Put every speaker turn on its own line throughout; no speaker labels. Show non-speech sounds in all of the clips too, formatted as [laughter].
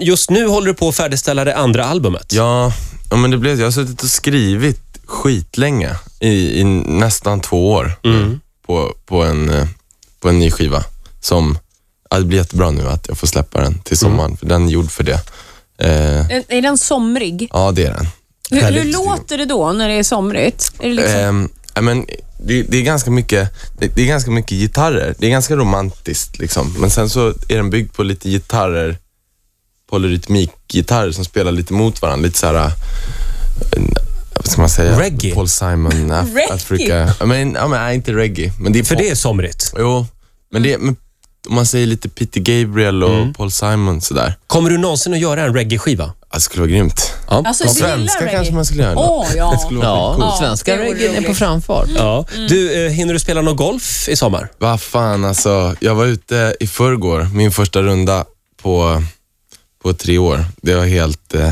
just nu håller du på att färdigställa det andra albumet.
Ja, ja men det blev, jag har suttit och skrivit skitlänge, i, i nästan två år, på, på, en, eh, på en ny skiva. Som, ja, det blir jättebra nu att jag får släppa den till sommaren, för den är gjord för det. Eh,
Är- Är den somrig?
ja, det är den.
Hur, hur
Härligt.
låter det då när det är somrigt? Är det liksom,
Ehm, ja, men det, det, är ganska mycket, det, det är ganska mycket gitarrer. Det är ganska romantiskt, liksom. men sen så är den byggd på lite gitarrer, polyrytmikgitarrer som spelar lite mot varandra. Lite så här, eh, vad ska man säga?
Reggae.
Paul Simon,
[laughs]
Af-
Reggae.
Africa. Ja, men, ja, men, nej, inte reggae, men det är
För
pop.
det Mm. är somrigt.
Jo, men det men, om man säger lite Peter Gabriel och
Mm.
Paul Simon sådär.
Kommer du någonsin att göra en reggae-skiva?
Ja, Det skulle vara grymt.
Ja.
alltså,
På
du gillar
svenska
reggae?
kanske man skulle göra något.
Åh, ja.
Det skulle vara
Ja,
skitcoolt.
svenska
Ja, det vore
reggae är på
roligt.
framfart.
Ja. Du, eh, hinner du spela någon golf i sommar?
Vad fan alltså. Jag var ute i förrgår, min första runda på, på tre år. Det var helt... Eh,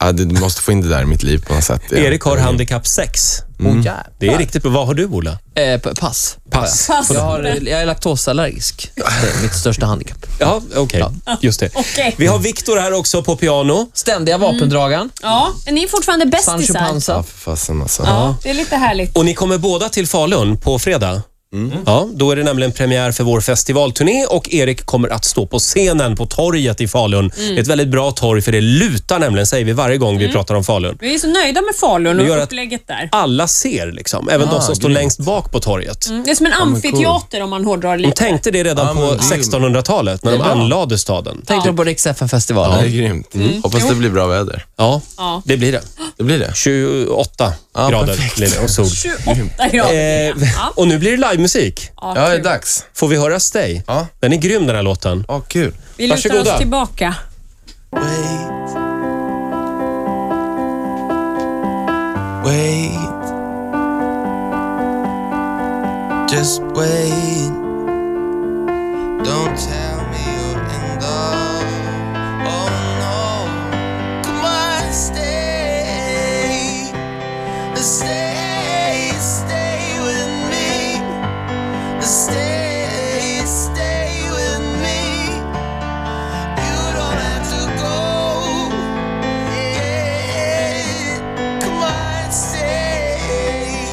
ja, du måste få in det där i mitt liv på något sätt.
Erik har handikapp 6.
Oh,
Det är riktigt bra. Vad har du, Ola?
Eh, p- pass.
Pass.
Pass.
Jag, har, eh, jag är laktosallergisk. Det är mitt största handikapp.
Ja, okej. Just det.
Okej.
Vi har Viktor här också på piano.
Ständiga vapendragaren.
Ja, ni är fortfarande
Sancho
bästisar.
Ja,
Panza.
för fasen alltså.
Ja, det är lite härligt.
Och ni kommer båda till Falun på fredag. Ja, då är det nämligen premiär för vår festivalturné och Erik kommer att stå på scenen på torget i Falun.
Mm.
Det är ett väldigt bra torg för det lutar nämligen, säger vi varje gång vi pratar om Falun.
Vi är så nöjda med Falun
gör
och
att-
upplägget där.
Alla ser liksom, även
Ah,
de som står längst bak på torget.
Mm, Det är som en amfiteater om man hårdrar
De
lite.
tänkte det redan
Ja, men
på
det är ju-
1600-talet när de anlade staden.
Tänkte du på Rix
Ja, det är
FM-festivalen?
grymt.
Mm.
Hoppas det blir bra väder.
Ja,
Ja.
det blir det.
Det blir det.
28
Ja,
grader
perfekt.
blir det och sol.
Mm.
28 grader.
Eh, och nu blir det livemusik.
Ja,
Ja, det är
kul.
dags.
Får vi höra Stay?
Ja.
Den är grym den här låten.
Ja, kul.
Vi lutar
varsågoda.
oss tillbaka.
Wait. Wait. Just wait. Don't tell me you're in love. Oh no. Come on, stay. Stay, stay with me. Stay, stay with me. You don't have to go. Yeah, come on, stay,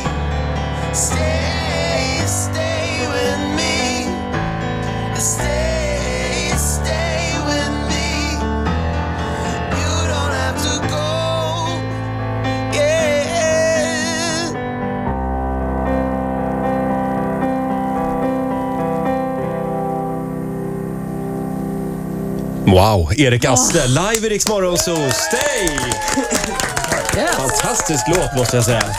stay, stay with me. Stay, stay with me. You don't have to go. Yeah.
Wow, Erik Asle,
[laughs]
live i Rix Morgon Zoo. Stay!
Yes.
Fantastisk låt måste jag säga.